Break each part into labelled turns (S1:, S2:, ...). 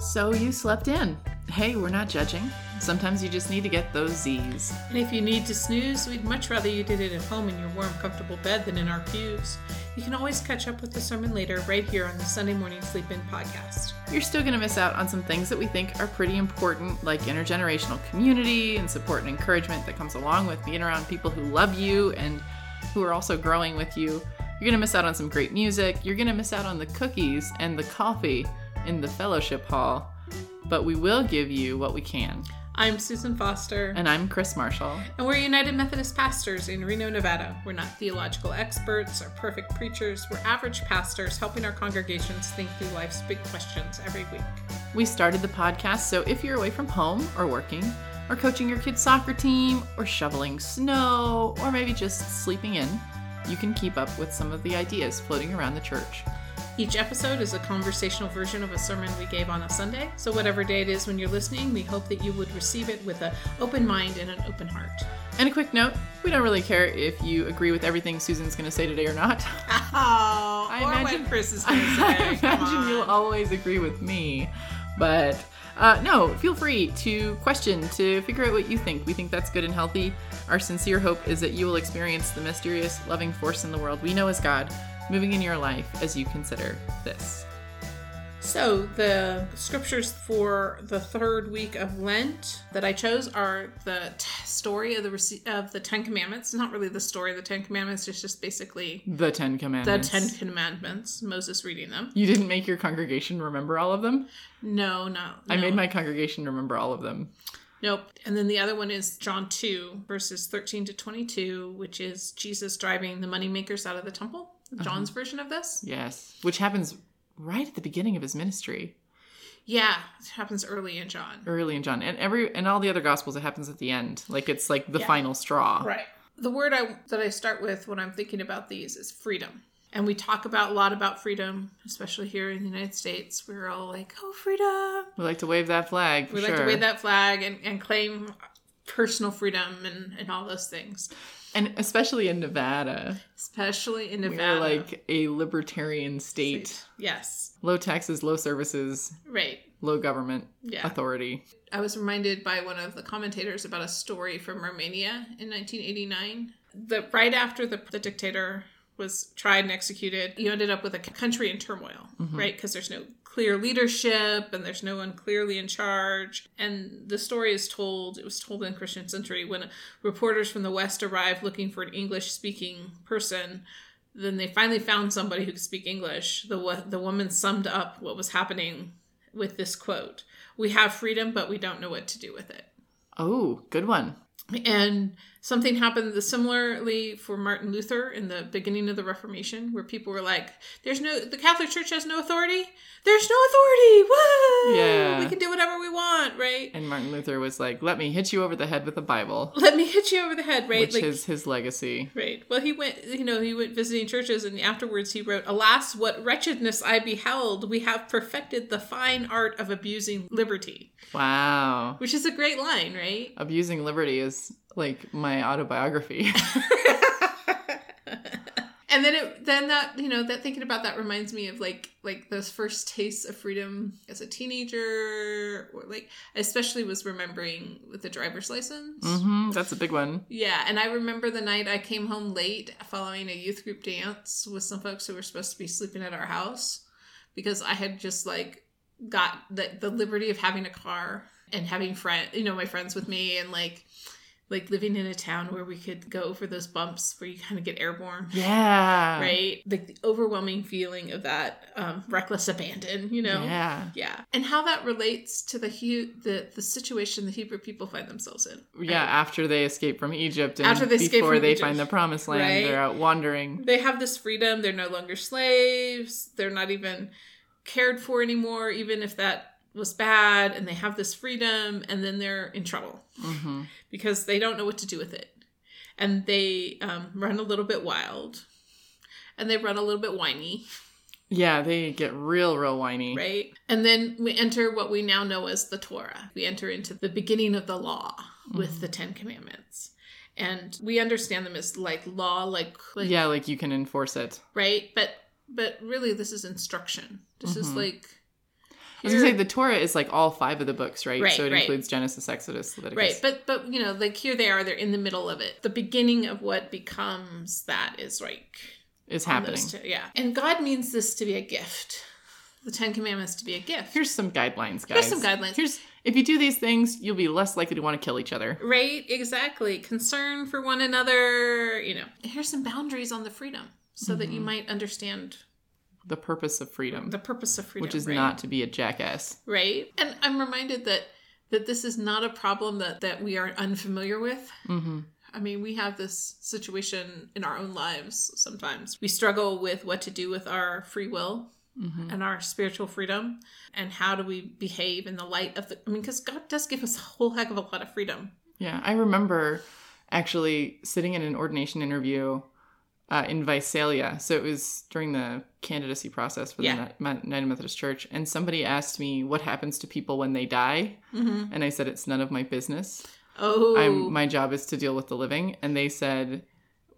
S1: So you slept in. Hey, we're not judging. Sometimes you just need to get those Z's.
S2: And if you need to snooze, we'd much rather you did it at home in your warm, comfortable bed than in our pews. You can always catch up with the sermon later right here on the Sunday Morning Sleep In podcast.
S1: You're still going to miss out on some things that we think are pretty important, like intergenerational community and support and encouragement that comes along with being around people who love you and who are also growing with you. You're going to miss out on some great music. You're going to miss out on the cookies and the coffee in the fellowship hall. But we will give you what we can.
S2: I'm Susan Foster,
S1: And I'm Chris Marshall.
S2: and we're United Methodist pastors in Reno, Nevada. We're not theological experts or perfect preachers, we're average pastors helping our congregations think through life's big questions every week.
S1: We started the podcast, so if you're away from home or working, or coaching your kids' soccer team, or shoveling snow, or maybe just sleeping in, you can keep up with some of the ideas floating around the church.
S2: Each episode is a conversational version of a sermon we gave on a Sunday. So whatever day it is when you're listening, we hope that you would receive it with an open mind and an open heart.
S1: And a quick note we don't really care if you agree with everything Susan's going to say today or not.
S2: Oh,
S1: I or what imagine-
S2: Chris is
S1: I imagine you'll always agree with me, but uh, no, feel free to question, to figure out what you think. We think that's good and healthy. Our sincere hope is that you will experience the mysterious, loving force in the world we know as God moving in your life as you consider this.
S2: So the scriptures for the third week of Lent that I chose are the t- story of the rece- of the Ten Commandments. Not really the story of the Ten Commandments. It's just basically
S1: The Ten
S2: the
S1: Commandments.
S2: Ten Commandments. Moses reading them.
S1: You didn't make your congregation remember all of them?
S2: No, not.
S1: I
S2: no.
S1: made my congregation remember all of them.
S2: Nope. And then the other one is John 2, verses 13 to 22, which is Jesus driving the moneymakers out of the temple.
S1: Uh-huh.
S2: John's version of this?
S1: Yes. Which happens right at the beginning of his ministry.
S2: Yeah, it happens early in John.
S1: early in John and every and all the other gospels it happens at the end like it's like the
S2: Yeah.
S1: final straw
S2: Right. The word I, that I start with when I'm thinking about these is freedom. And we talk about a lot about freedom, especially here in the United States. We're all like, oh, freedom.
S1: we like to wave that flag
S2: We
S1: sure.
S2: like to wave that flag and, and claim personal freedom and, and all those things,
S1: and especially in Nevada,
S2: especially in
S1: we're
S2: Nevada.
S1: like a libertarian state.
S2: Yes.
S1: low taxes low services
S2: Right.
S1: low government
S2: Yeah.
S1: authority
S2: I was reminded by one of the commentators about a story from Romania in 1989 that right after the, the dictator was tried and executed, you ended up with a c- country in turmoil, right? Because there's no clear leadership and there's no one clearly in charge. And the story is told, it was told in Christian Century, when reporters from the West arrived looking for an English speaking person. Then they finally found somebody who could speak English. The, wo- the woman summed up what was happening with this quote We have freedom, but we don't know what to do with it.
S1: oh good one
S2: And something happened similarly for Martin Luther in the beginning of the Reformation, where people were like, There's no, the Catholic Church has no authority. There's no authority. Woo!
S1: Yeah.
S2: We can do whatever we want, right?
S1: and Martin Luther was like let me hit you over the head with a bible
S2: Let me hit you over the head, right?
S1: which is his legacy
S2: Right. Well, he went, you know, he went visiting churches, and afterwards he wrote, Alas, what wretchedness I beheld! We have perfected the fine art of abusing liberty,
S1: wow
S2: which is a great line, right?
S1: abusing liberty is like my autobiography
S2: and then it then that you know that thinking about that reminds me of like like those first tastes of freedom as a teenager or like I especially was remembering with the driver's license
S1: hmm that's a big one
S2: yeah and i remember the night i came home late following a youth group dance with some folks who were supposed to be sleeping at our house because i had just like got the, the liberty of having a car and having friend you know my friends with me and like like living in a town where we could go over those bumps where you kind of get airborne
S1: yeah
S2: right? Like the overwhelming feeling of that um, reckless abandon, you know?
S1: yeah
S2: Yeah. and how that relates to the Hu- the the situation the Hebrew people find themselves in. right?
S1: Yeah, after they escape from Egypt and
S2: After they escape
S1: before
S2: from
S1: they
S2: Egypt.
S1: find the promised land,
S2: Right.
S1: they're out wandering.
S2: they have this freedom; they're no longer slaves. They're not even cared for anymore, even if that was bad. And they have this freedom, and then they're in trouble
S1: hmm
S2: because they don't know what to do with it, and they um, run a little bit wild, and they run a little bit whiny.
S1: Yeah, they get real, real whiny.
S2: right? And then we enter what we now know as the Torah. We enter into the beginning of the law with the Ten Commandments. And we understand them as like law, like, like
S1: yeah, like you can enforce it.
S2: right? But but really this is instruction. This is
S1: Mhm.
S2: like
S1: I was going to say the Torah is like all five of the books, right?
S2: Right,
S1: so it
S2: right.
S1: includes Genesis, Exodus, Leviticus.
S2: Right, but but you know, like here they are, they're in the middle of it. The beginning of what becomes that is like
S1: It's
S2: on
S1: happening.
S2: those two- Yeah. And God means this to be a gift. The Ten Commandments to be a gift.
S1: Here's some guidelines, guys.
S2: Here's some guidelines.
S1: Here's if you do these things, you'll be less likely to want to kill each other.
S2: right, exactly. Concern for one another, you know. Mm-hmm. Here's some boundaries on the freedom so that you might understand
S1: The purpose of freedom,
S2: the purpose of freedom.
S1: which is
S2: right?
S1: not to be a jackass.
S2: right. And I'm reminded that that this is not a problem that that we are unfamiliar with.
S1: Mm-hmm.
S2: I mean, we have this situation in our own lives sometimes. We struggle with what to do with our free will
S1: Mm-hmm.
S2: and our spiritual freedom and how do we behave in the light of the. I mean, because God does give us a whole heck of a lot of freedom.
S1: Yeah, I remember actually sitting in an ordination interview uh, in Visalia. So it was during the candidacy process for the
S2: Yeah.
S1: Ni- Ni- United Methodist Church, and somebody asked me what happens to people when they die,
S2: Mm-hmm.
S1: and I said it's none of my business.
S2: Oh,
S1: I'm my job is to deal with the living, and they said.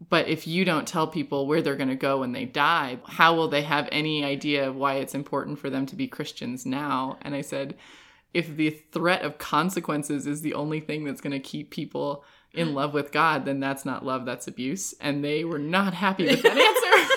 S1: But if you don't tell people where they're going to go when they die, how will they have any idea of why it's important for them to be Christians now? And I said, if the threat of consequences is the only thing that's going to keep people
S2: Mm.
S1: in love with God, then that's not love, that's abuse. And they were not happy with that answer.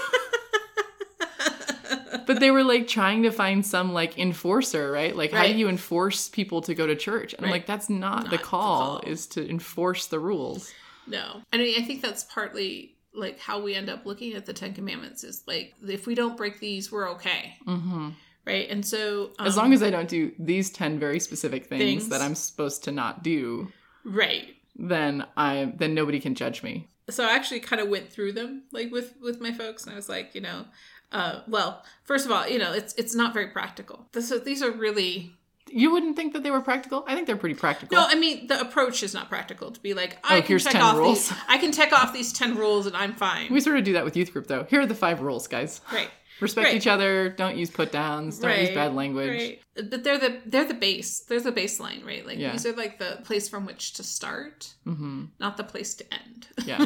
S1: But they were like trying to find some like enforcer, right? Like, how do
S2: Right.
S1: you enforce people to go to church? And I'm
S2: Right.
S1: like, that's not,
S2: Not
S1: the
S2: the
S1: call,
S2: call.
S1: is to enforce the rules.
S2: no. I mean, I think that's partly like how we end up looking at the Ten Commandments is like, if we don't break these, we're okay.
S1: hmm
S2: Right. And so. Um,
S1: as long as I don't do these 10 very specific things,
S2: Things.
S1: that I'm supposed to not do,
S2: Right.
S1: then I then nobody can judge me.
S2: so I actually kind of went through them like with with my folks, and I was like, you know, uh, well, first of all, you know, it's it's not very practical. This is, these are really
S1: You wouldn't think that they were practical? I think they're pretty practical.
S2: no. I mean, the approach is not practical to be like, I
S1: Oh,
S2: can
S1: here's
S2: check
S1: 10
S2: off
S1: rules.
S2: these. I can check off these ten rules, and I'm fine.
S1: we sort of do that with youth group though. Here are the five rules, guys.
S2: right.
S1: Respect
S2: Right.
S1: each other, don't use put downs, don't use
S2: Right.
S1: bad language.
S2: Right. But they're the they're the base. They're the baseline, right? Like
S1: Yeah.
S2: these are like the place from which to start,
S1: hmm
S2: not the place to end.
S1: Yeah.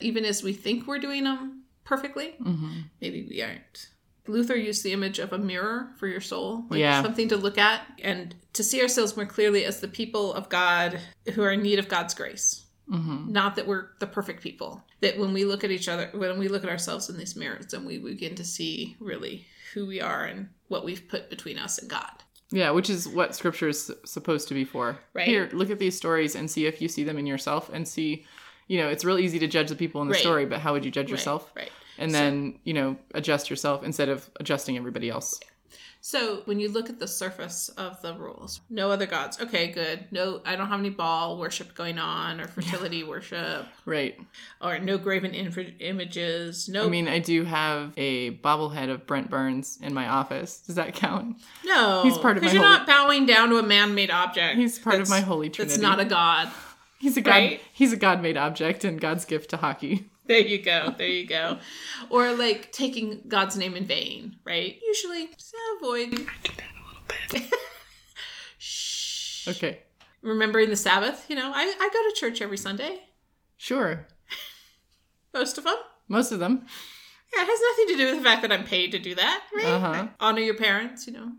S2: Even as we think we're doing them perfectly,
S1: hmm
S2: maybe we aren't. Luther used the image of a mirror for your soul, like
S1: Yeah.
S2: something to look at and to see ourselves more clearly as the people of God who are in need of God's grace.
S1: hmm
S2: Not that we're the perfect people. That when we look at each other, when we look at ourselves in these mirrors, then we begin to see really who we are and what we've put between us and God.
S1: Yeah, which is what scripture is s- supposed to be for.
S2: Right.
S1: Here, look at these stories and see if you see them in yourself and see, you know, it's real easy to judge the people in the
S2: Right.
S1: story, but how would you judge yourself?
S2: Right. right.
S1: And
S2: So-
S1: then, you know, adjust yourself instead of adjusting everybody else.
S2: So when you look at the surface of the rules, no other gods. Okay, good. No, I don't have any ball worship going on or fertility worship.
S1: Right.
S2: or no graven inf- images. No,
S1: I mean, I do have a bobblehead of Brent Burns in my office. Does that count?
S2: no,
S1: he's part of
S2: because
S1: my
S2: you're
S1: holy-
S2: not bowing down to a man-made object.
S1: He's part of
S2: that's-
S1: my holy trinity.
S2: That's not a god.
S1: he's a god.
S2: right?
S1: He's a god-made object and God's gift to hockey.
S2: There you go. There you go. or like taking God's name in vain, right? Usually, just avoid. I do that a little bit. Shh.
S1: Okay,
S2: Remembering the Sabbath. You know, I I go to church every Sunday.
S1: sure.
S2: Most of them.
S1: Most of them.
S2: Yeah, it has nothing to do with the fact that I'm paid to do that, right?
S1: Uh-huh.
S2: Honor your parents. You know,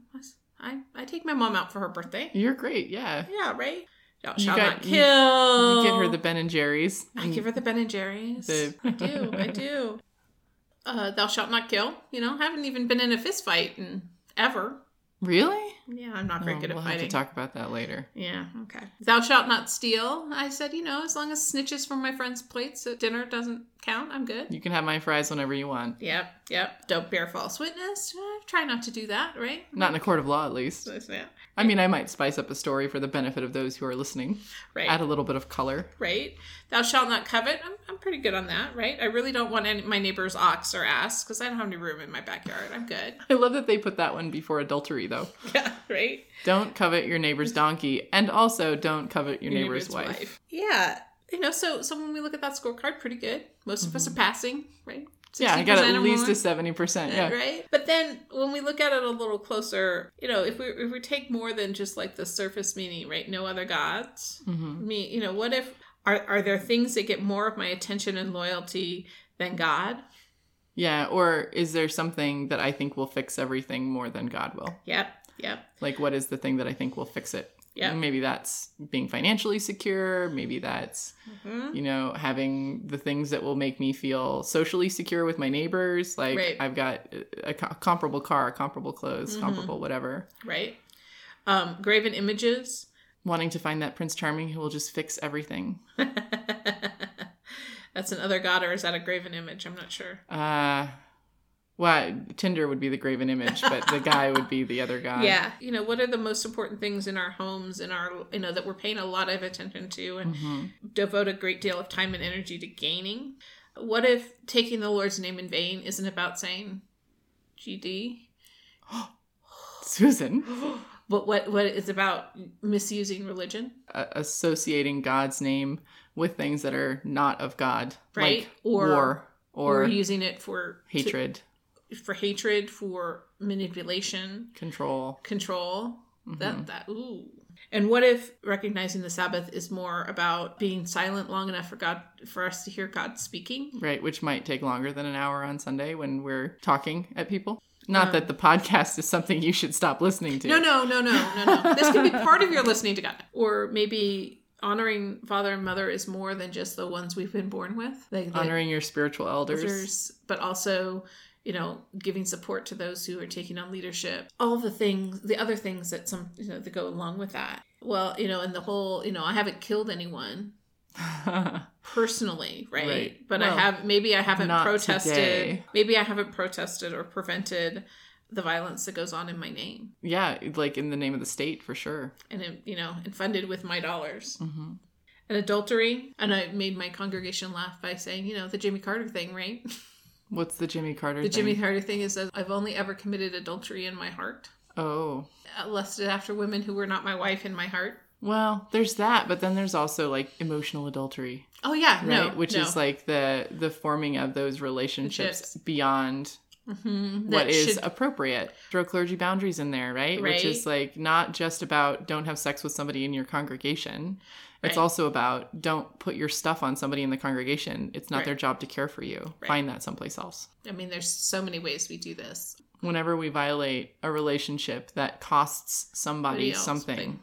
S2: I I take my mom out for her birthday.
S1: You're great. Yeah.
S2: Yeah, right. Thou
S1: You
S2: shalt
S1: got-
S2: not
S1: you-
S2: kill.
S1: You get her the Ben and Jerry's.
S2: Oh. I give her the Ben and Jerry's.
S1: The-
S2: I do. I do. Uh, thou shalt not kill. You know, I haven't even been in a fist fight in ever.
S1: Mm. Really?
S2: Yeah, I'm not very
S1: Oh,
S2: good at
S1: we'll
S2: fighting.
S1: have to talk about that later.
S2: yeah, okay. Thou shalt not steal. I said, you know, as long as snitches from my friend's plates at dinner doesn't count, I'm good.
S1: You can have my fries whenever you want.
S2: Yep, yep. Don't bear false witness. Uh, try not to do that, right?
S1: Not in a court of law, at least.
S2: So, yeah.
S1: I mean, I might spice up a story for the benefit of those who are listening.
S2: Right.
S1: Add a little bit of color.
S2: right? Thou shalt not covet. I'm, I'm pretty good on that, right? I really don't want any, my neighbor's ox or ass because I don't have any room in my backyard. I'm good.
S1: I love that they put that one before adultery, though.
S2: Yeah, right?
S1: Don't covet your neighbor's donkey, and also don't covet your, neighbor's, wife.
S2: Yeah. You know, so so when we look at that scorecard, pretty good. Most of us are passing, right?
S1: Mm-hmm. Yeah, I got
S2: 60%
S1: at
S2: or
S1: least
S2: more,
S1: a seventy percent. Yeah,
S2: Right, but then when we look at it a little closer, you know, if we if we take more than just like the surface meaning, right? No other gods,
S1: hmm
S2: me you know what if are, are there things that get more of my attention and loyalty than god
S1: yeah. Or is there something that I think will fix everything more than God will?
S2: yep Yep.
S1: Like, what is the thing that I think will fix it?
S2: Yeah.
S1: Maybe that's being financially secure. Maybe that's,
S2: Mhm.
S1: you know, having the things that will make me feel socially secure with my neighbors. Like,
S2: Right.
S1: I've got a, a co- comparable car, comparable clothes,
S2: Mhm.
S1: comparable whatever.
S2: Right. Um, graven images.
S1: Wanting to find that Prince Charming who will just fix everything.
S2: That's another god, or is that a graven image? I'm not sure.
S1: Uh, well, Tinder would be the graven image, but the guy would be the other guy.
S2: yeah. You know, what are the most important things in our homes, in our, you know, that we're paying a lot of attention to and
S1: hmm
S2: devote a great deal of time and energy to gaining? What if taking the Lord's name in vain isn't about saying GD?
S1: Susan,
S2: But what what is about misusing religion,
S1: uh, associating God's name with things that are not of God,
S2: right?
S1: Like war
S2: or
S1: or,
S2: using it for to-
S1: hatred,
S2: for hatred, for manipulation,
S1: control.
S2: control.
S1: Mhm.
S2: That that ooh. And what if recognizing the Sabbath is more about being silent long enough for God for us to hear God speaking?
S1: Right, which might take longer than an hour on Sunday when we're talking at people. Not
S2: Um,
S1: that the podcast is something you should stop listening to.
S2: No, no, no, no, no, no. this can be part of your listening to God. Or maybe honoring father and mother is more than just the ones we've been born with. Like the
S1: Honoring your spiritual elders.
S2: others, but also you know giving support to those who are taking on leadership all the things the other things that some you know that go along with that well you know and the whole you know i haven't killed anyone personally right,
S1: Right.
S2: but
S1: Well,
S2: i have maybe i haven't
S1: not
S2: protested
S1: today.
S2: maybe i haven't protested or prevented the violence that goes on in my name
S1: yeah, like in the name of the state for sure.
S2: and it, you know and funded with my dollars
S1: hmm
S2: and adultery and i made my congregation laugh by saying you know the jimmy carter thing right
S1: What's the Jimmy Carter?
S2: the
S1: thing?
S2: jimmy carter thing is that i've only ever committed adultery in my heart
S1: Oh,
S2: uh, lusted after women who were not my wife in my heart.
S1: well, there's that, but then there's also like emotional adultery,
S2: Oh yeah,
S1: right?
S2: no,
S1: Which is like the the forming of those relationships
S2: Ships.
S1: beyond
S2: mm-hmm.
S1: what is appropriate. Throw clergy boundaries in there, right? Which is like not just about don't have sex with somebody in your congregation. It's
S2: Right.
S1: also about don't put your stuff on somebody in the congregation. It's not
S2: Right.
S1: their job to care for you.
S2: Right.
S1: Find that someplace else.
S2: I mean, there's so many ways we do this.
S1: Whenever we violate a relationship that costs somebody
S2: Somebody else,
S1: something,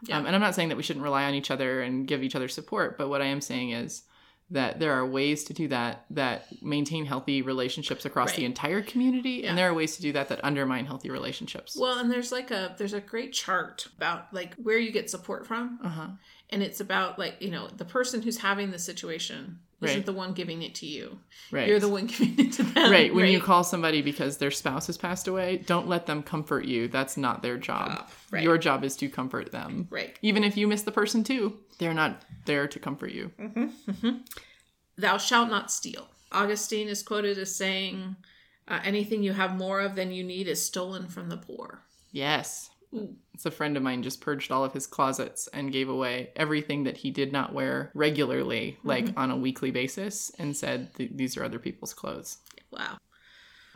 S2: but- Yeah.
S1: Um, and I'm not saying that we shouldn't rely on each other and give each other support, but what I am saying is that there are ways to do that that maintain healthy relationships across the
S2: Right.
S1: entire community,
S2: Yeah.
S1: and there are ways to do that that undermine healthy relationships.
S2: Well, and there's like a there's a great chart about like where you get support from,
S1: uh huh.
S2: and it's about like you know the person who's having the situation isn't
S1: Right.
S2: the one giving it to you.
S1: Right.
S2: You're the one giving it to them.
S1: right. When you call somebody because their spouse has passed away, don't let them comfort you. That's not their job.
S2: Job, right.
S1: Your job is to comfort them.
S2: right.
S1: Even if you miss the person too, they're not there to comfort you.
S2: thou shalt not steal. Augustine is quoted as saying, uh, "Anything you have more of than you need is stolen from the poor."
S1: Yes.
S2: Ooh.
S1: It's a friend of mine just purged all of his closets and gave away everything that he did not wear regularly, like on a weekly basis, and said, "Th- These are other people's clothes.
S2: Wow.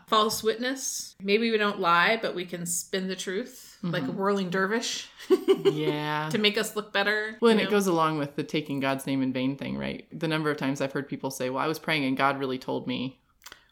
S2: False witness. Maybe we don't lie, but we can spin the truth
S1: Mm-hmm.
S2: like a whirling dervish
S1: Yeah.
S2: to make us look better.
S1: Well, and
S2: you
S1: it
S2: know?
S1: goes along with the taking God's name in vain thing, right? The number of times I've heard people say, Well, I was praying and God really told me.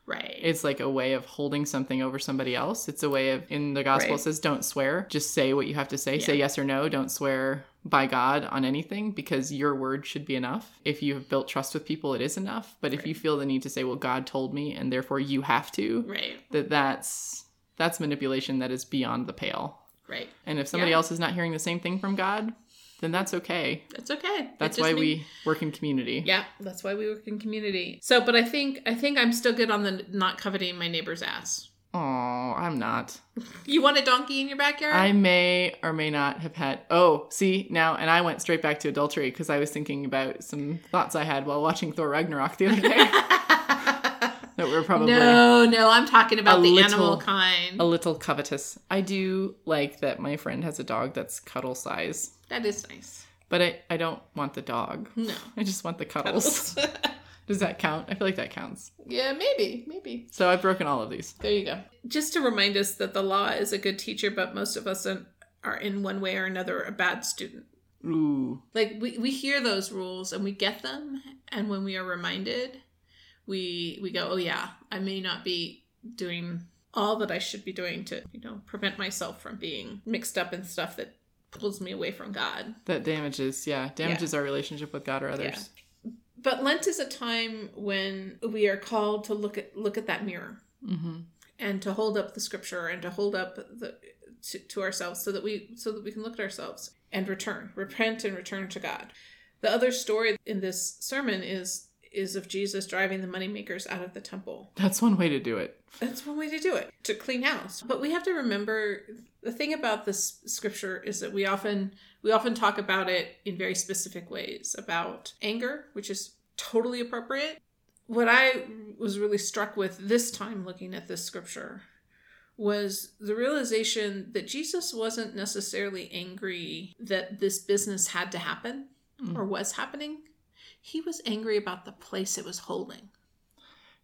S2: right.
S1: It's like a way of holding something over somebody else. It's a way of, in the gospel,
S2: Right.
S1: it says, Don't swear. Just say what you have to say.
S2: Yeah.
S1: Say yes or no. Don't swear by God on anything because your word should be enough. If you have built trust with people, it is enough. But if you feel the need to say, Well, God told me, and therefore you have to,
S2: right.
S1: that that's. That's manipulation that is beyond the pale.
S2: Right.
S1: And if somebody
S2: Yeah.
S1: else is not hearing the same thing from God, then that's okay.
S2: That's okay. It
S1: That's
S2: just
S1: why
S2: mean-
S1: we work in community.
S2: Yeah, that's why we work in community. So, but I think I think I'm still good on the not coveting my neighbor's ass.
S1: Oh, I'm not.
S2: You want a donkey in your backyard?
S1: I may or may not have had. Oh, see now, and I went straight back to adultery because I was thinking about some thoughts I had while watching Thor Ragnarok the other day that were probably
S2: no, no, I'm talking about
S1: A
S2: the
S1: little-
S2: animal
S1: a
S2: kind.
S1: little covetous. I do like that my friend has a dog that's cuddle size,
S2: That is nice.
S1: but I, I don't want the dog.
S2: No.
S1: I just want the cuddles. Does that count? I feel like that counts.
S2: yeah, maybe, maybe.
S1: So I've broken all of these.
S2: There you go. Just to remind us that the law is a good teacher, but most of us are- are in one way or another a bad student.
S1: Ooh,
S2: Like we, we hear those rules and we get them, and when we are reminded, we we go, oh yeah, I may not be doing all that I should be doing to, you know, prevent myself from being mixed up in stuff that pulls me away from God.
S1: That damages, yeah, damages our relationship with God or others.
S2: But Lent is a time when we are called to look at look at that mirror
S1: Mm-hmm.
S2: and to hold up the scripture and to hold up the to, to ourselves so that we so that we can look at ourselves and return repent and return to god the other story in this sermon is is of jesus driving the moneymakers out of the temple
S1: That's one way to do it.
S2: that's one way to do it to clean house but we have to remember the thing about this scripture is that we often we often talk about it in very specific ways about anger which is totally appropriate what i was really struck with this time looking at this scripture was the realization that jesus wasn't necessarily angry that this business had to happen
S1: Mm.
S2: or was happening he was angry about the place it was holding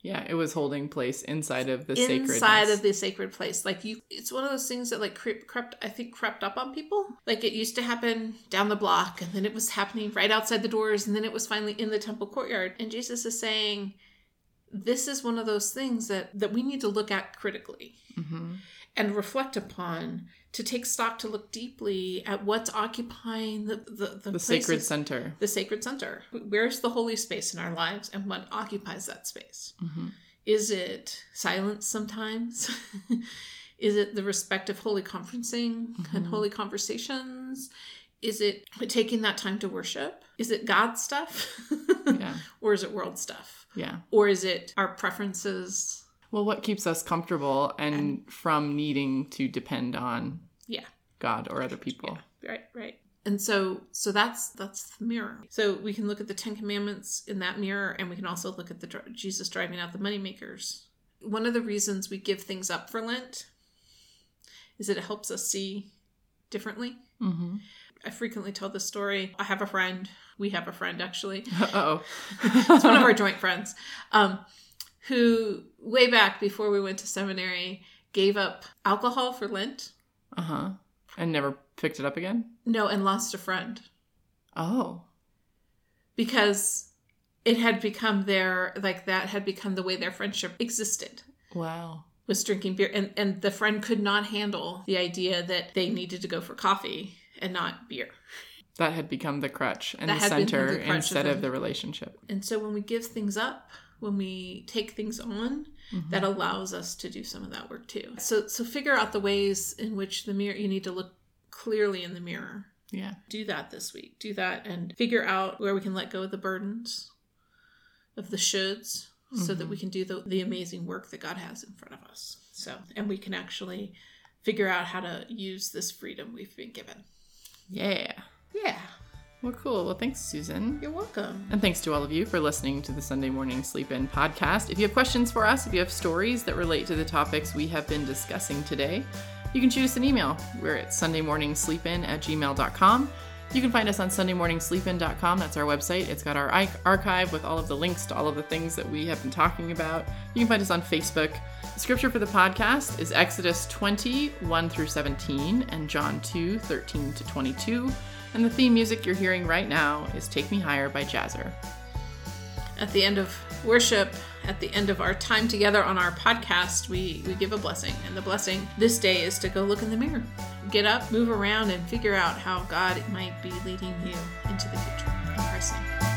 S1: Yeah, it was holding place inside of the sacredness.
S2: inside of the sacred place. Like you, it's one of those things that like creep, crept. I think crept up on people. Like it used to happen down the block, and then it was happening right outside the doors, and then it was finally in the temple courtyard. And Jesus is saying, "This is one of those things that that we need to look at critically."
S1: Mhm.
S2: and reflect upon to take stock to look deeply at what's occupying the the, the,
S1: the
S2: places-
S1: sacred center.
S2: the sacred center where's the holy space in our lives and what occupies that space
S1: hmm
S2: is it silence sometimes? is it the respect of holy conferencing
S1: Mhm.
S2: and holy conversations? Is it taking that time to worship? Is it God stuff?
S1: Yeah,
S2: or is it world stuff?
S1: yeah.
S2: Or is it our preferences?
S1: Well, what keeps us comfortable and,
S2: And-
S1: from needing to depend on
S2: Yeah.
S1: God or other people?
S2: Yeah, right, right. And so so that's that's the mirror. So we can look at the 10 commandments in that mirror and we can also look at the dr- Jesus driving out the moneymakers. One of the reasons we give things up for Lent is that it helps us see differently.
S1: hmm
S2: I frequently tell this story. I have a friend. We have a friend actually.
S1: Uh-oh.
S2: it's one of our joint friends, um, who way back before we went to seminary gave up alcohol for Lent.
S1: Uh-huh. And never picked it up again?
S2: No, and lost a friend
S1: Oh.
S2: because it had become their like that had become the way their friendship existed
S1: Wow.
S2: was drinking beer and and the friend could not handle the idea that they needed to go for coffee and not beer.
S1: That had become the crutch and
S2: That
S1: the
S2: had become
S1: center
S2: the crutch of
S1: instead
S2: them.
S1: of the relationship.
S2: And so when we give things up, when we take things on,
S1: Mhm.
S2: that allows us to do some of that work too. So so figure out the ways in which the mirror you need to look clearly in the mirror.
S1: Yeah.
S2: Do that this week. Do that and figure out where we can let go of the burdens of the shoulds so that
S1: Mhm.
S2: we can do the, the amazing work that God has in front of us. So and we can actually figure out how to use this freedom we've been given.
S1: Yeah.
S2: Yeah.
S1: Well, cool. Well, thanks, Susan.
S2: You're welcome.
S1: And thanks to all of you for listening to the Sunday Morning Sleep In podcast. If you have questions for us, if you have stories that relate to the topics we have been discussing today, you can shoot us an email. We're at sundaymorningsleepin at gmail.com. You can find us on sundaymorningsleepin.com. That's our website. It's got our i- archive with all of the links to all of the things that we have been talking about. You can find us on Facebook. The scripture for the podcast is Exodus 20, 1 through 17, and John 2, 13 to 22. And the theme music you're hearing right now is Take Me Higher by Jazzer.
S2: at the end of worship, at the end of our time together on our podcast, we, we give a blessing. And the blessing this day is to go look in the mirror, get up, move around, and figure out how God might be leading you into the future. In Christ's name.